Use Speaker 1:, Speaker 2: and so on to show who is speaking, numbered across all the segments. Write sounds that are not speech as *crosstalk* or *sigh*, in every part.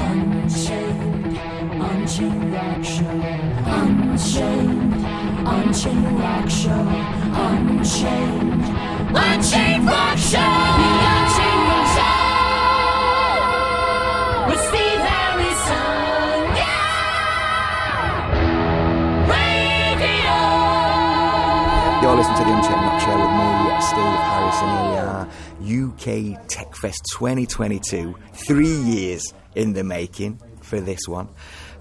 Speaker 1: Unchained, unchained rock show. Unchained, unchained rock show. Unchained, unchained rock show. The unchained rock show. With Steve Harrison, yeah. Radio.
Speaker 2: You're listening to the Unchained Rock Show with me, Steve Harrison. Here we are, UK Tech Fest 2022, three years in the making for this one.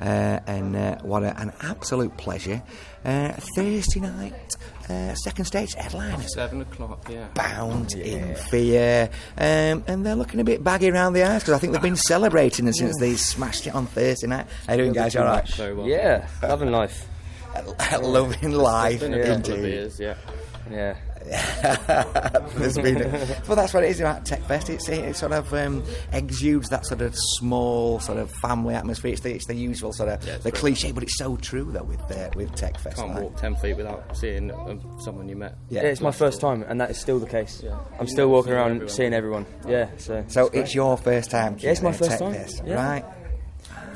Speaker 2: Uh, and uh, what a, an absolute pleasure. Uh, Thursday night, uh, second stage headliners.
Speaker 3: Seven o'clock, yeah.
Speaker 2: Bound in fear, um, and they're looking a bit baggy around the eyes because I think they've been celebrating since they smashed it on Thursday night. How you doing, guys? All right, *laughs*
Speaker 3: So uh, well.
Speaker 4: Yeah, *laughs* loving life.
Speaker 2: loving life
Speaker 3: Been a couple of
Speaker 2: indeed.
Speaker 3: beers, yeah.
Speaker 4: Yeah.
Speaker 2: *laughs* There's been a- but that's what it is about Tech Fest. It's, it sort of um, exudes that sort of small, sort of family atmosphere. It's the, it's the usual sort of the cliche, but it's so true though with uh, with Tech Fest.
Speaker 3: Can't
Speaker 2: like.
Speaker 3: walk ten feet without seeing um, someone you met.
Speaker 2: Yeah.
Speaker 4: Yeah, it's my first time, and that is still the case.
Speaker 3: Yeah.
Speaker 4: I'm still walking
Speaker 3: Seeing
Speaker 4: around
Speaker 3: everyone.
Speaker 4: seeing everyone. Yeah, so.
Speaker 2: So it's, your first time.
Speaker 4: Yeah, it's my
Speaker 2: Kieran, at
Speaker 4: first
Speaker 2: Tech
Speaker 4: time.
Speaker 2: Fest,
Speaker 4: Yeah.
Speaker 2: right?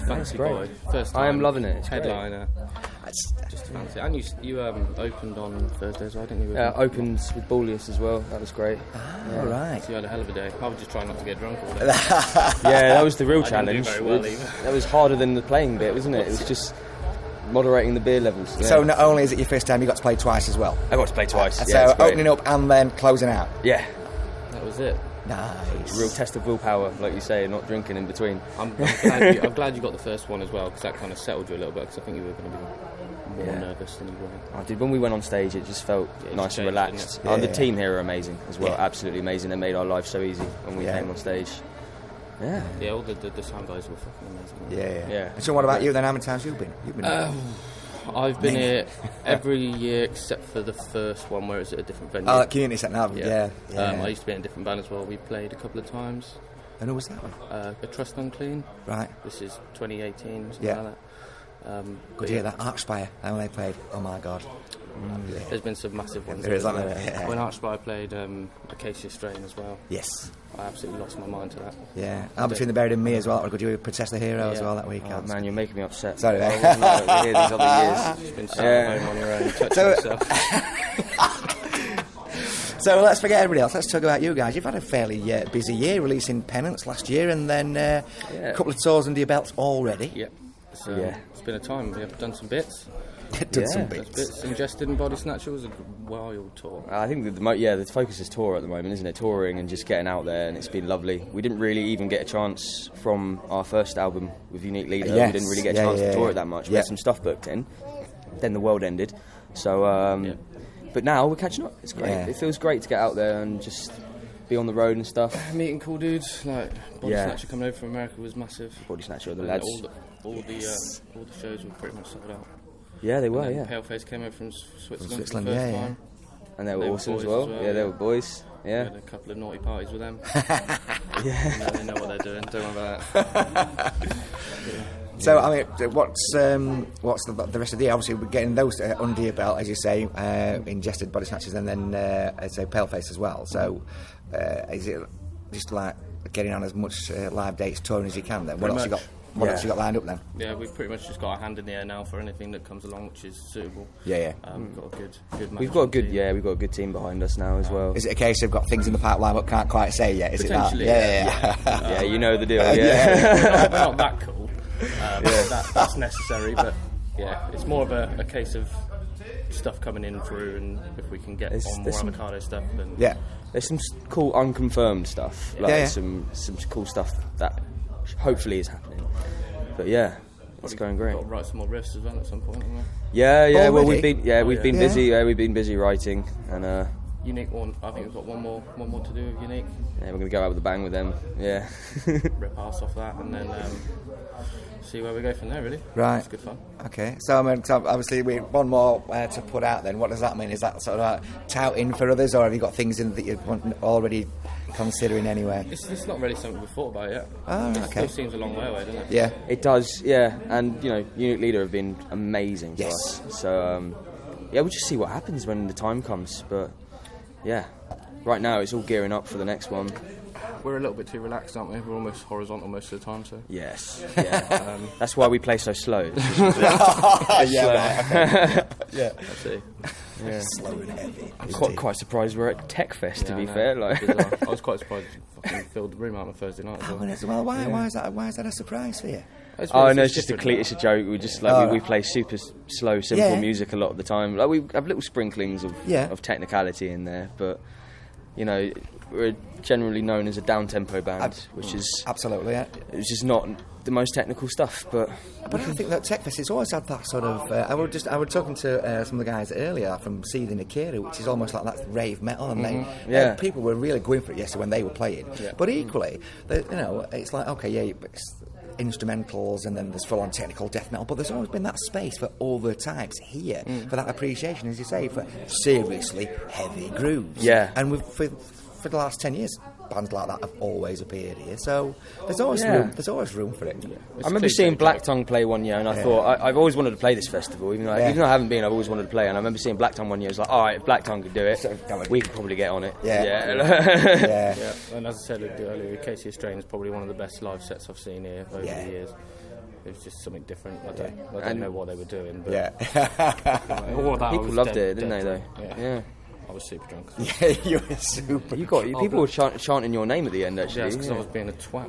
Speaker 3: Fancy
Speaker 4: great.
Speaker 3: boy. First time.
Speaker 4: I am loving it, it's great.
Speaker 3: Headliner.
Speaker 2: That's-
Speaker 3: Just fancy. And you, s- you um, opened on Thursday as well, didn't you?
Speaker 4: Yeah, Uh, opens with Bullius as well. That was great.
Speaker 2: All right.
Speaker 3: So you had a hell of a day. I was just trying not to get drunk all day.
Speaker 4: Yeah, that was the real
Speaker 3: *laughs* I didn't do
Speaker 4: challenge.
Speaker 3: very well
Speaker 4: It's-
Speaker 3: either.
Speaker 4: that was harder than the playing bit, wasn't it? It was just moderating the beer levels. yeah.
Speaker 2: So not only is it your first time, you got to play twice as well.
Speaker 4: I got to play twice. yeah,
Speaker 2: so
Speaker 4: it's great.
Speaker 2: opening up and then closing out.
Speaker 4: Yeah,
Speaker 3: that was it.
Speaker 2: Nice.
Speaker 4: real test of willpower, like you say, not drinking in between. *laughs*
Speaker 3: I'm, I'm, glad, you, I'm glad you got the first one as well because that kind of settled you a little bit because I think you were going to be more
Speaker 4: Yeah.
Speaker 3: nervous than you were.
Speaker 4: Oh, dude, when we went on stage, it just felt
Speaker 3: Yeah, it
Speaker 4: nice
Speaker 3: just
Speaker 4: and
Speaker 3: changed,
Speaker 4: relaxed.
Speaker 3: didn't
Speaker 2: it?
Speaker 4: Oh,
Speaker 2: Yeah.
Speaker 4: the team here are amazing as well,
Speaker 2: Yeah.
Speaker 4: absolutely amazing. They made our life so easy when we
Speaker 2: Yeah.
Speaker 4: came on stage. Yeah.
Speaker 3: Yeah, all the, the, the sound guys were fucking amazing.
Speaker 2: Yeah, yeah.
Speaker 4: Yeah. Uh,
Speaker 2: So what about you then? How many times you been? You've been.
Speaker 3: I've been
Speaker 4: *laughs*
Speaker 3: here every year except for the first one where it's at a different venue.
Speaker 2: oh, that community centre. haven't you? Yeah. yeah.
Speaker 3: Um, I used to be in a different band as well. We played a couple of times.
Speaker 2: and who was that one?
Speaker 3: Uh, a Trust Unclean.
Speaker 2: Right.
Speaker 3: This is 2018, something
Speaker 2: Yeah.
Speaker 3: like that. Um,
Speaker 2: Good
Speaker 3: but
Speaker 2: to
Speaker 3: yeah,
Speaker 2: hear that. Archspire. How they played? Oh my god.
Speaker 3: There's been some massive ones.
Speaker 2: There is, isn't there? Yeah.
Speaker 3: When Archby played um, Acacia Strain as well,
Speaker 2: Yes.
Speaker 3: I absolutely lost my mind to that.
Speaker 2: Yeah. Oh, between the buried and me as well. That was good. You were Protest the Hero as
Speaker 3: Yeah.
Speaker 2: well that week.
Speaker 4: Oh, man, you're making me upset.
Speaker 2: Sorry,
Speaker 4: I
Speaker 2: mate. *laughs*
Speaker 4: wasn't like that here these other years.
Speaker 3: It's been sat
Speaker 4: Yeah.
Speaker 3: at home on your own, touching
Speaker 2: So- *laughs*
Speaker 3: yourself.
Speaker 2: So let's forget everybody else. Let's talk about you guys. You've had a fairly uh, busy year, releasing Penance last year, and then uh,
Speaker 4: Yeah.
Speaker 2: a couple of tours under your belts already.
Speaker 3: Yep. So
Speaker 4: Yeah.
Speaker 3: it's been a time. We've done some bits.
Speaker 2: *laughs* Done
Speaker 4: Yeah.
Speaker 2: some
Speaker 3: Those
Speaker 2: bits.
Speaker 3: bits. Ingested and Body Snatcher was a wild tour.
Speaker 4: I think that the mo- yeah, the focus is tour at the moment, isn't it? Touring and just getting out there, and it's been lovely. We didn't really even get a chance from our first album with Unique Leader.
Speaker 2: Yes.
Speaker 4: We didn't really get a
Speaker 2: Yeah,
Speaker 4: chance
Speaker 2: yeah,
Speaker 4: to tour
Speaker 2: yeah.
Speaker 4: it that much. We
Speaker 2: Yeah.
Speaker 4: had some stuff booked in, then the world ended. So, um,
Speaker 3: Yeah.
Speaker 4: but now we're catching up. It's great.
Speaker 2: Yeah.
Speaker 4: It feels great to get out there and just be on the road and stuff.
Speaker 3: Meeting cool dudes like Body
Speaker 4: Yeah.
Speaker 3: Snatcher coming over from America was massive.
Speaker 4: Body Snatcher, the
Speaker 3: And
Speaker 4: lads.
Speaker 3: All the all the, uh, all the shows were pretty much sold out.
Speaker 4: Yeah, they were.
Speaker 3: And
Speaker 4: Oh, Yeah,
Speaker 3: Paleface came over from S- Switzerland,
Speaker 2: Switzerland,
Speaker 3: for the first
Speaker 2: yeah, yeah.
Speaker 3: time.
Speaker 4: and they were
Speaker 3: They were
Speaker 4: awesome as
Speaker 3: boys
Speaker 4: well.
Speaker 3: as well,
Speaker 4: Yeah, they
Speaker 3: yeah.
Speaker 4: were boys.
Speaker 3: We
Speaker 4: Yeah.
Speaker 3: Had a couple of naughty parties
Speaker 2: *laughs*
Speaker 3: with them. yeah, they know what they're doing. Don't worry about that.
Speaker 2: So I mean, what's um, what's the, the rest of the year? Obviously, we're getting those uh, under your belt, as you say, uh, ingested body snatchers, and then uh, as I say paleface as well. So uh, is it just like getting on as much uh, live dates touring as you can? Then what
Speaker 3: Pretty
Speaker 2: else you
Speaker 3: much.
Speaker 2: got? What
Speaker 4: Yeah.
Speaker 2: else you got lined up then?
Speaker 3: Yeah, we've pretty much just got our hand in the air now for anything that comes along, which is suitable.
Speaker 2: Yeah, yeah.
Speaker 3: Um, we've got a good, good.
Speaker 4: We've got a good
Speaker 3: management
Speaker 4: yeah, we've got a good team behind us now as well.
Speaker 2: Is it a case of got things in the pipeline but can't quite say yet? Is it that?
Speaker 3: Potentially,
Speaker 2: yeah, yeah. *laughs* yeah.
Speaker 4: yeah, you know the deal. Yeah.
Speaker 3: team. We're not that cool. Um, that, that's necessary, but yeah, it's more of a, a case of stuff coming in through, and if we can get
Speaker 4: There's-
Speaker 3: on more
Speaker 4: there's some-
Speaker 3: avocado stuff, then
Speaker 2: yeah.
Speaker 4: There's some s- cool unconfirmed stuff. Like
Speaker 2: Yeah, yeah.
Speaker 4: some some cool stuff that hopefully is happening. But yeah, it's going great.
Speaker 3: Got to write some more riffs as well at some point. haven't we?
Speaker 4: Yeah, yeah. Well, we've
Speaker 2: Already?
Speaker 4: been yeah, we've been
Speaker 2: yeah.
Speaker 4: busy. Yeah, we've been busy writing, and uh,
Speaker 3: Unique one. I think we've got one more, one more to do with unique.
Speaker 4: yeah, we're gonna go out with a bang with them. Yeah. *laughs*
Speaker 3: Rip ass off that, and then um, see where we go from there. Really,
Speaker 2: Right.
Speaker 3: It's good fun.
Speaker 2: Okay, so I mean, so obviously, we one more uh, to put out. Then, what does that mean? Is that sort of like touting for others, or have you got things in that you're already considering anyway?
Speaker 3: It's, it's not really something we've thought about yet.
Speaker 2: Oh,
Speaker 3: it
Speaker 2: okay.
Speaker 3: still seems a long way away, doesn't it?
Speaker 2: Yeah,
Speaker 4: It does, yeah. And you know, Unit Leader have been amazing to
Speaker 2: Yes.
Speaker 4: us. So um, yeah, we'll just see what happens when the time comes. But yeah, right now it's all gearing up for the next one.
Speaker 3: We're a little bit too relaxed, aren't we? We're almost horizontal most of the time, so.
Speaker 4: Yes.
Speaker 2: *laughs*
Speaker 4: Yeah. Um, That's why we play so slow. It's just *laughs*
Speaker 3: Let's see.
Speaker 2: Slow and heavy.
Speaker 4: quite, quite surprised we're at Tech Fest, to
Speaker 3: Yeah,
Speaker 4: be
Speaker 3: I know,
Speaker 4: fair.
Speaker 3: it's
Speaker 4: Like, *laughs*
Speaker 3: bizarre. I was quite surprised you fucking filled the room out on a Thursday night as well.
Speaker 2: Well, well, why, why, is that, why is that a surprise for you?
Speaker 3: It's
Speaker 4: Oh
Speaker 3: really-
Speaker 4: no, it's just a
Speaker 3: different
Speaker 4: cleat. It's a joke. We just like we, we play super s- slow, simple
Speaker 2: Oh. Yeah.
Speaker 4: music a lot of the time. Like we have little sprinklings of
Speaker 2: Yeah.
Speaker 4: of technicality in there, but you know we're generally known as a down tempo band, which is
Speaker 2: Absolutely, yeah.
Speaker 4: which is not the most technical stuff. But
Speaker 2: But I think that Techfest has always had that sort of. Uh, I was just I was talking to uh, some of the guys earlier from Seething Akira, which is almost like that rave metal, and they,
Speaker 4: Mm-hmm. Yeah.
Speaker 2: uh, people were really going for it yesterday when they were playing. But equally, they, you know, it's like okay, yeah, but it's instrumentals, and then there's full on technical death metal. But there's always been that space for all the types here
Speaker 4: Mm.
Speaker 2: for that appreciation, as you say, for seriously heavy grooves.
Speaker 4: Yeah.
Speaker 2: and we've. For, for the last ten years, bands like that have always appeared here, so there's always
Speaker 4: Yeah.
Speaker 2: room. There's always room for it.
Speaker 4: I remember
Speaker 3: cliche,
Speaker 4: seeing Black Tongue play one year, and I thought I, I've always wanted to play this festival, even though,
Speaker 2: Yeah.
Speaker 4: even though I haven't been. I've always wanted to play, and I remember seeing Black Tongue one year. I was like, all right, if Black Tongue could do it,
Speaker 2: that would-
Speaker 4: we could probably get on it.
Speaker 2: Yeah.
Speaker 4: *laughs*
Speaker 2: Yeah.
Speaker 3: Yeah, and as I said earlier, Casey Australian is probably one of the best live sets I've seen here over
Speaker 2: Yeah.
Speaker 3: the years. It was just something different. I don't, I don't know what they were doing, but all that I
Speaker 4: People
Speaker 3: was
Speaker 4: loved
Speaker 3: dead-
Speaker 4: it, didn't
Speaker 3: dead
Speaker 4: they? Though,
Speaker 3: drunk. Yeah.
Speaker 4: yeah.
Speaker 3: I was super drunk.
Speaker 2: yeah, *laughs* you were super.
Speaker 4: You got you, people were chant, chanting your name at the end actually.
Speaker 3: Yeah, because
Speaker 4: yeah.
Speaker 3: I was being a *laughs* twat.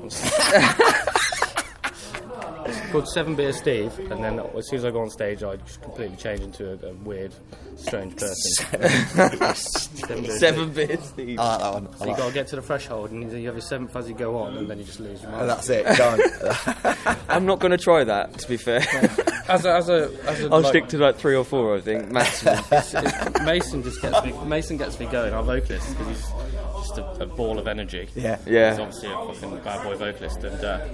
Speaker 3: Called Seven Beer Steve, and then as soon as I go on stage, I just completely change into a, a weird, strange *laughs* person. Seven Beer Steve.
Speaker 4: Seven beers, Steve.
Speaker 2: I like that *laughs* one. I
Speaker 3: You
Speaker 2: like
Speaker 3: got to get to the threshold, and you have your seventh as you go on, and then you just lose your
Speaker 2: that.
Speaker 3: mind.
Speaker 2: That's it. *laughs* Done.
Speaker 4: I'm not going to try that. To be fair,
Speaker 3: As a, as a, as a
Speaker 4: *laughs* I'll
Speaker 3: like-
Speaker 4: stick to like three or four. I think *laughs* maximum.
Speaker 3: Mason just gets me. Mason gets me going. Our vocalist because he's just a, a ball of energy.
Speaker 2: Yeah.
Speaker 4: Yeah.
Speaker 3: He's obviously a fucking bad boy vocalist, and uh,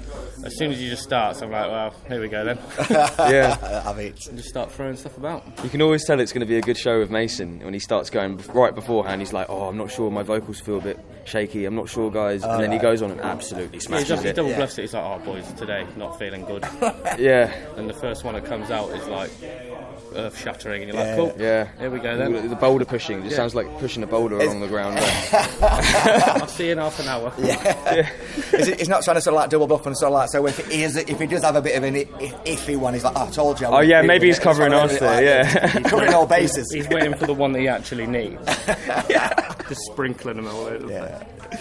Speaker 3: as soon as you just starts, I'm like, well, here we go *laughs* then.
Speaker 4: yeah,
Speaker 2: I have it.
Speaker 3: just start throwing stuff about.
Speaker 4: you can always tell it's going to be a good show with Mason when he starts going bef- right beforehand. He's like, "Oh, I'm not sure. My vocals feel a bit shaky. I'm not sure, guys." And then he goes on and absolutely
Speaker 3: He
Speaker 4: smashes
Speaker 3: just he
Speaker 4: it.
Speaker 3: double bluffs it. He's like, oh boys, today not feeling
Speaker 4: *laughs*
Speaker 3: good.
Speaker 4: Yeah,
Speaker 3: and the first one that comes out is like earth shattering, and you're like, cool.
Speaker 4: *laughs* yeah.
Speaker 3: Here we go
Speaker 4: The
Speaker 3: then.
Speaker 4: the boulder pushing. It just sounds like pushing a boulder along the ground. *laughs*
Speaker 3: I'll see you in half an hour. Yeah.
Speaker 2: It's, it's not trying to sort of like double bluff and sort of like so if he is if he does have a bit of an i- i- iffy one, he's like, oh, I told you. I
Speaker 4: Oh yeah,
Speaker 2: wouldn't
Speaker 4: maybe
Speaker 2: do
Speaker 4: he's
Speaker 2: it."
Speaker 4: covering
Speaker 2: Sort of
Speaker 4: us
Speaker 2: a bit
Speaker 4: there.
Speaker 2: like-
Speaker 4: *laughs* Yeah.
Speaker 2: he's covering all bases. *laughs*
Speaker 3: He's waiting for the one that he actually needs. Just sprinkling them all over. the place.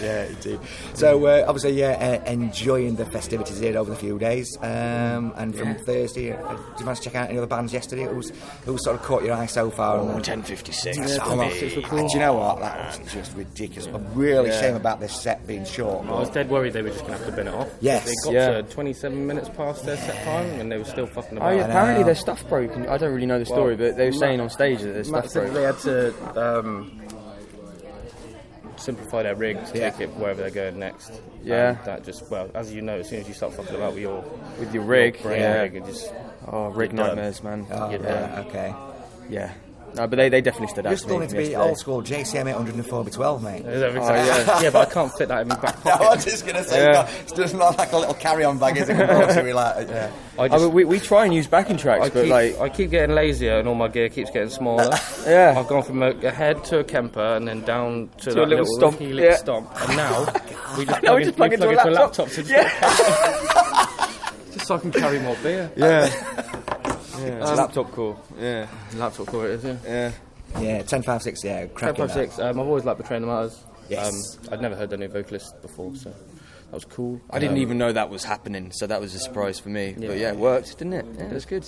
Speaker 2: Yeah, yeah, indeed. So uh, obviously, yeah, uh, enjoying the festivities here over the few days, um, and from Thursday, uh, did you manage to check out any other bands yesterday? Who's who sort of caught your eye so far?
Speaker 4: Oh,
Speaker 2: And-
Speaker 4: 10:56.
Speaker 2: So I'm off. And do you know what? That was just ridiculous. I'm really shame about this set being short.
Speaker 3: I was dead worried they were just going to have to bin it off.
Speaker 2: Yes.
Speaker 3: They got
Speaker 4: Yeah.
Speaker 3: to 27 minutes past their set time and they were still fucking
Speaker 4: Oh
Speaker 3: about.
Speaker 4: yeah, apparently their stuff broke. and I don't really know the story, but they were
Speaker 3: Matt-
Speaker 4: saying on stage that their
Speaker 3: Matt
Speaker 4: stuff
Speaker 3: said
Speaker 4: broke.
Speaker 3: that they had to um, simplify their rig to take it wherever they're going next.
Speaker 4: Yeah.
Speaker 3: And that just, well, as you know, as soon as you start fucking about with your
Speaker 4: With your rig,
Speaker 3: brain
Speaker 4: yeah.
Speaker 3: rig, it just.
Speaker 4: Oh, rig
Speaker 3: You're done.
Speaker 4: nightmares, man.
Speaker 2: Oh,
Speaker 4: yeah.
Speaker 2: right, okay.
Speaker 4: yeah. No, but they, they definitely stood out.
Speaker 2: You're
Speaker 4: to
Speaker 2: still
Speaker 4: me
Speaker 2: going to be
Speaker 4: yesterday.
Speaker 2: old school JCM 804 by 12, *laughs* mate.
Speaker 3: yeah. yeah, but I can't fit that in my back
Speaker 2: I was
Speaker 3: pocket.
Speaker 2: just going to say,
Speaker 4: Yeah.
Speaker 2: God, it's just not like a little carry-on bag, is it? Unfortunately, like, uh, yeah.
Speaker 3: I
Speaker 4: Oh,
Speaker 3: just.
Speaker 4: but we, we try and use backing tracks,
Speaker 3: I
Speaker 4: but
Speaker 3: keep,
Speaker 4: like,
Speaker 3: I keep getting lazier and all my gear keeps getting smaller.
Speaker 4: Yeah.
Speaker 3: I've gone from a, a head to a Kemper and then down to, that
Speaker 4: a little stomp,
Speaker 3: helix
Speaker 4: yeah.
Speaker 3: stomp. And now we just
Speaker 4: No,
Speaker 3: plug, in, we plug into a laptop. to just so I can carry more beer.
Speaker 4: *laughs* yeah. yeah. It's a laptop core. Yeah.
Speaker 3: Laptop core it is, yeah.
Speaker 4: Yeah.
Speaker 2: Yeah, 10, 5, 6, yeah,
Speaker 3: Ten
Speaker 2: cracking
Speaker 3: five
Speaker 2: that.
Speaker 3: six. Um, I've always liked Betraying the Martyrs.
Speaker 2: Yes.
Speaker 3: Um, I'd never heard their new vocalist before, so that was cool.
Speaker 4: I didn't
Speaker 3: Um,
Speaker 4: even know that was happening, so that was a surprise for me.
Speaker 3: Yeah.
Speaker 4: But yeah, it worked, didn't it? Yeah, it was good.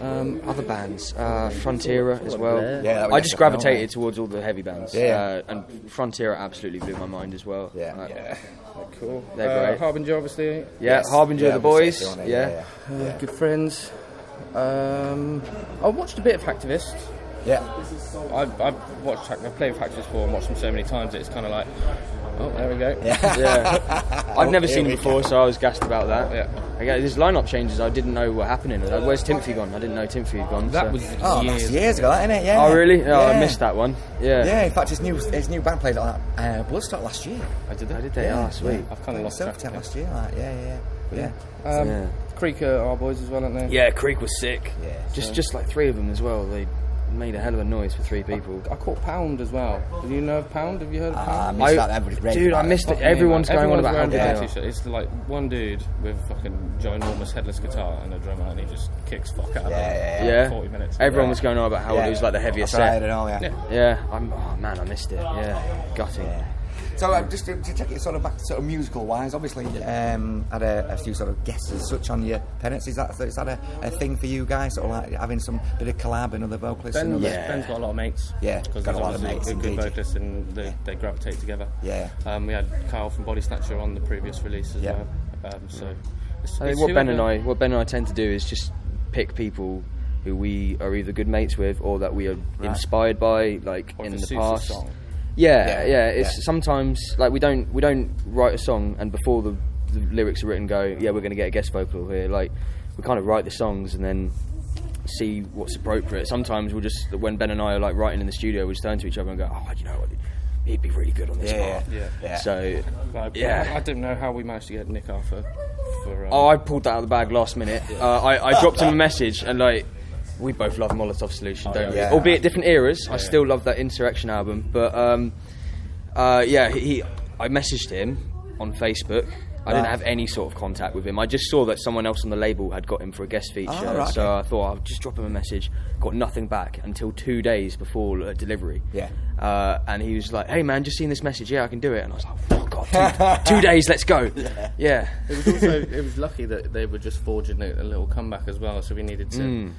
Speaker 4: Um, other bands, uh, Frontiera as well.
Speaker 2: Yeah, that we
Speaker 4: I
Speaker 2: got
Speaker 4: just
Speaker 2: to know, mate.
Speaker 4: gravitated towards all the heavy bands.
Speaker 2: Yeah.
Speaker 4: Uh, and Frontiera absolutely blew my mind as well.
Speaker 2: Yeah.
Speaker 4: Like,
Speaker 2: Yeah.
Speaker 3: Cool.
Speaker 4: They're
Speaker 3: uh,
Speaker 4: great.
Speaker 3: Harbinger, obviously.
Speaker 4: Yeah, Harbinger
Speaker 2: Yeah,
Speaker 4: the
Speaker 2: I'm gonna
Speaker 4: boys.
Speaker 2: say it, don't I?
Speaker 4: yeah.
Speaker 2: yeah.
Speaker 3: Uh, Good friends. Um, I watched a bit of Hacktivist.
Speaker 2: Yeah.
Speaker 3: I've, I've watched, Hack- I've played with Hacktivist before and watched them so many times. It's kind of like, oh, there we go. Yeah.
Speaker 4: Yeah. I've never
Speaker 2: here
Speaker 4: seen him
Speaker 2: we
Speaker 4: before, so I was gassed about that.
Speaker 3: Yeah.
Speaker 4: Again, his lineup changes, I didn't know were happening. Like, where's Timothy gone? I didn't know Timothy had gone.
Speaker 3: That
Speaker 4: so-
Speaker 3: was
Speaker 2: *laughs* Oh,
Speaker 3: years.
Speaker 2: that's years ago, that, isn't it? Yeah.
Speaker 4: Oh, really? Oh,
Speaker 2: Yeah.
Speaker 4: I missed that one. Yeah.
Speaker 2: Yeah, in fact, his new, his new band played on that uh, Bloodstock last year.
Speaker 4: I did that. I did that.
Speaker 2: Yeah,
Speaker 4: Oh, sweet.
Speaker 3: I've kind of lost track.
Speaker 2: Sometime last year, like, yeah, yeah, yeah.
Speaker 3: Um,
Speaker 4: Yeah.
Speaker 3: Creek are our boys as well, aren't they?
Speaker 4: Yeah, Creek was sick.
Speaker 2: Yeah,
Speaker 4: Just, just like three of them as well. They made a hell of a noise for three people.
Speaker 3: I caught Pound as well. Do you know of Pound? Have you heard of Pound?
Speaker 2: Ah, I missed that. Everybody's raving
Speaker 4: dude,
Speaker 2: about
Speaker 4: I missed it.
Speaker 3: Fucking
Speaker 4: Everyone's
Speaker 3: hell,
Speaker 4: going on
Speaker 3: everyone's
Speaker 4: about how
Speaker 3: wearing
Speaker 4: good they
Speaker 3: Bugatti
Speaker 4: are.
Speaker 3: shirts. It's like one dude with fucking ginormous headless guitar and a drummer, and he just kicks fuck out of
Speaker 2: yeah,
Speaker 3: it.
Speaker 4: Yeah,
Speaker 3: 40 minutes.
Speaker 4: Everyone
Speaker 3: Yeah.
Speaker 4: was going on about how it was like the heaviest
Speaker 2: I tried
Speaker 4: set.
Speaker 2: and all, yeah.
Speaker 3: Yeah.
Speaker 4: Yeah, I'm. Oh man, I missed it. Yeah, gutting.
Speaker 2: So um, just to, to take it sort of back to sort of musical wise, obviously um, had a, a few sort of guests and such on your parents. Is that is that a, a thing for you guys, sort of like having some bit of collab and other vocalists? and
Speaker 3: Ben,
Speaker 2: other,
Speaker 4: Yeah.
Speaker 3: Ben's got a lot of mates.
Speaker 2: Yeah,
Speaker 3: because
Speaker 2: got a lot of
Speaker 3: obviously
Speaker 2: mates
Speaker 3: a good
Speaker 2: indeed.
Speaker 3: vocalist, and they, they gravitate together.
Speaker 2: Yeah.
Speaker 3: Um, we had Kyle from Body Snatcher on the previous release as
Speaker 2: Yeah. Mm.
Speaker 3: well. Um, so it's,
Speaker 4: I think
Speaker 3: it's
Speaker 4: what Ben and
Speaker 3: whoever-
Speaker 4: I, what Ben and I tend to do is just pick people who we are either good mates with or that we are inspired by, like
Speaker 3: Or if
Speaker 4: in
Speaker 3: it
Speaker 4: the
Speaker 3: suits the
Speaker 4: past.
Speaker 3: song.
Speaker 2: Yeah,
Speaker 4: Yeah, yeah, It's
Speaker 2: yeah.
Speaker 4: sometimes like we don't we don't write a song and before the, the lyrics are written, go yeah we're going to get a guest vocal here. Like we kind of write the songs and then see what's appropriate. Sometimes we'll just when Ben and I are like writing in the studio, we just turn to each other and go, oh, you know, what? he'd be really good on this
Speaker 2: Yeah,
Speaker 4: part.
Speaker 2: yeah, yeah.
Speaker 4: So
Speaker 3: Like,
Speaker 4: Yeah.
Speaker 3: I, I don't know how we managed to get Nick Arthur for. Um,
Speaker 4: Oh, I pulled that out of the bag last minute. Uh, I, I dropped him a message and like. We both love Molotov Solution, don't
Speaker 2: Oh, yeah.
Speaker 4: we? Albeit different eras, I still love that Insurrection album. But um, uh, yeah, he, he, I messaged him on Facebook. I didn't have any sort of contact with him. I just saw that someone else on the label had got him for a guest feature,
Speaker 2: Ah, right,
Speaker 4: so
Speaker 2: okay.
Speaker 4: I thought I'll just drop him a message. Got nothing back until two days before uh, delivery.
Speaker 2: Yeah.
Speaker 4: Uh, and he was like, "Hey man, just seen this message. Yeah, I can do it." And I was like, "Oh god, two, two days.
Speaker 2: *laughs*
Speaker 4: Let's go." yeah.
Speaker 3: It was also it was lucky that they were just forging a, a little comeback as well, so we needed to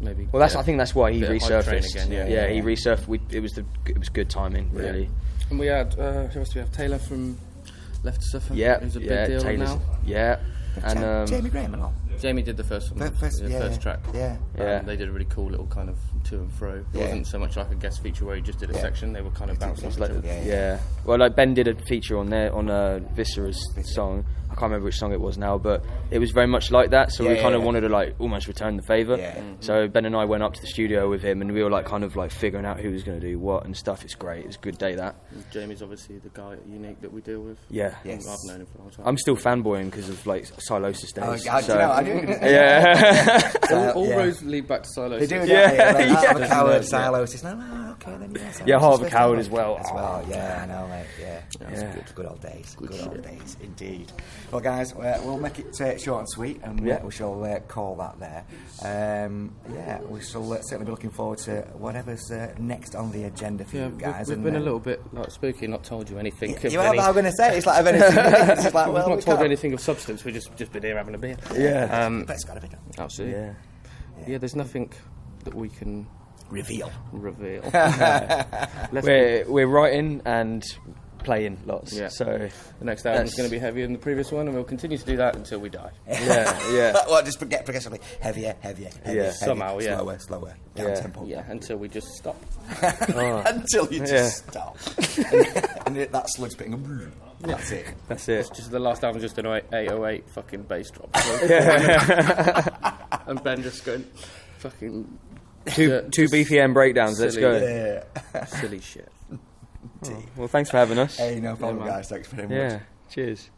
Speaker 3: maybe.
Speaker 4: Hmm. Well, that's
Speaker 3: yeah,
Speaker 4: I think that's why he
Speaker 3: bit of hype train
Speaker 4: resurfaced.
Speaker 3: again. Yeah,
Speaker 4: yeah, he resurfaced. We, it was the it was good timing, really.
Speaker 3: And we had uh, who else do we have? Taylor from Left to Suffer.
Speaker 4: Yeah,
Speaker 3: who's a big
Speaker 4: yeah,
Speaker 3: deal
Speaker 4: Taylor's-
Speaker 3: now.
Speaker 4: yeah, and
Speaker 2: Ja-
Speaker 4: um,
Speaker 2: Jamie Graham and all.
Speaker 3: Jamie did the first one,
Speaker 2: Fir- first-
Speaker 3: the
Speaker 2: yeah,
Speaker 3: first
Speaker 2: yeah,
Speaker 3: track.
Speaker 2: yeah.
Speaker 4: Yeah.
Speaker 3: Um, they did a really cool little kind of to and fro. It
Speaker 2: Yeah.
Speaker 3: wasn't so much like a guest feature where he just did a
Speaker 2: Yeah.
Speaker 3: section. They were kind of bouncing. off
Speaker 4: it's like
Speaker 3: each other.
Speaker 2: Yeah,
Speaker 4: yeah,
Speaker 2: yeah.
Speaker 4: Well, like Ben did a feature on there on uh, Viscera's song. I can't remember which song it was now, but it was very much like that. So
Speaker 2: Yeah,
Speaker 4: we
Speaker 2: yeah,
Speaker 4: kind of
Speaker 2: yeah.
Speaker 4: wanted to like almost return the favor.
Speaker 2: Yeah.
Speaker 3: Mm-hmm.
Speaker 2: Mhm.
Speaker 4: So Ben and I went up to the studio with him, and we were like kind of like figuring out who was going to do what and stuff. It's great. It's a good day that.
Speaker 3: Jamie's obviously the guy at Unique that we deal with.
Speaker 4: Yeah.
Speaker 2: Yeah. Yes.
Speaker 3: I've known him for a long time.
Speaker 4: I'm still fanboying because of like Silosis days.
Speaker 2: Oh, I, do
Speaker 4: so-
Speaker 2: you know, I do.
Speaker 3: all all
Speaker 2: yeah.
Speaker 3: roads lead back to Silo.
Speaker 2: They do, don't
Speaker 4: Yeah,
Speaker 2: they? They're like,
Speaker 4: yeah.
Speaker 2: Harvard Coward, Silos. It's like, oh, okay, then yeah.
Speaker 4: Yeah,
Speaker 2: Silos
Speaker 4: Harvard
Speaker 2: is fifth
Speaker 4: Coward
Speaker 2: album.
Speaker 4: as well.
Speaker 2: As well, yeah, I know, mate. Yeah, yeah. Good, good old days. Good, old days, indeed. Well, guys, uh, we'll make it uh, short and sweet, and we-
Speaker 4: Yeah.
Speaker 2: we shall uh, call that there. Um, yeah, we shall uh, certainly be looking forward to whatever's uh, next on the agenda for
Speaker 3: Yeah,
Speaker 2: you guys.
Speaker 3: we've,
Speaker 2: and,
Speaker 3: we've been a
Speaker 2: uh,
Speaker 3: little bit like spooky, not told you anything. of
Speaker 2: You have,
Speaker 3: any-
Speaker 2: I'm going to say it's like I've only seen it, it's just like
Speaker 3: *laughs* We've
Speaker 2: well,
Speaker 3: not
Speaker 2: we
Speaker 3: told you
Speaker 2: can't.
Speaker 3: anything of substance. We've just just been here having a beer.
Speaker 4: Yeah.
Speaker 3: Um,
Speaker 2: But it's got to be done.
Speaker 3: absolutely. Yeah.
Speaker 4: yeah.
Speaker 3: There's nothing that we can
Speaker 2: Reveal. *laughs*
Speaker 3: reveal. Let's
Speaker 4: We're we're writing and playing lots.
Speaker 3: Yeah.
Speaker 4: So
Speaker 3: The next album's
Speaker 4: That's-
Speaker 3: going to be heavier than the previous one, and we'll continue to do that until we die.
Speaker 4: yeah, yeah.
Speaker 2: *laughs* well, just get progressively heavier, heavier, heavier. heavier
Speaker 3: Somehow, yeah.
Speaker 2: Slower, slower. Down
Speaker 4: Yeah.
Speaker 2: tempo.
Speaker 3: yeah, until we just stop.
Speaker 2: *laughs* until you
Speaker 4: Yeah.
Speaker 2: just stop. and it, that sludge bit, and *laughs* that's it.
Speaker 3: *laughs*
Speaker 4: That's it.
Speaker 3: Just the last album's just an 808 fucking
Speaker 2: *laughs*
Speaker 3: bass drop. *laughs* and Ben just going fucking
Speaker 4: Two
Speaker 3: Yeah,
Speaker 4: two
Speaker 3: just
Speaker 4: BPM breakdowns. Let's
Speaker 3: silly.
Speaker 4: go.
Speaker 2: Yeah.
Speaker 3: silly shit.
Speaker 4: Well, thanks for having us.
Speaker 2: Hey, no problem,
Speaker 3: man.
Speaker 2: guys. Thanks very much.
Speaker 4: Yeah. Cheers.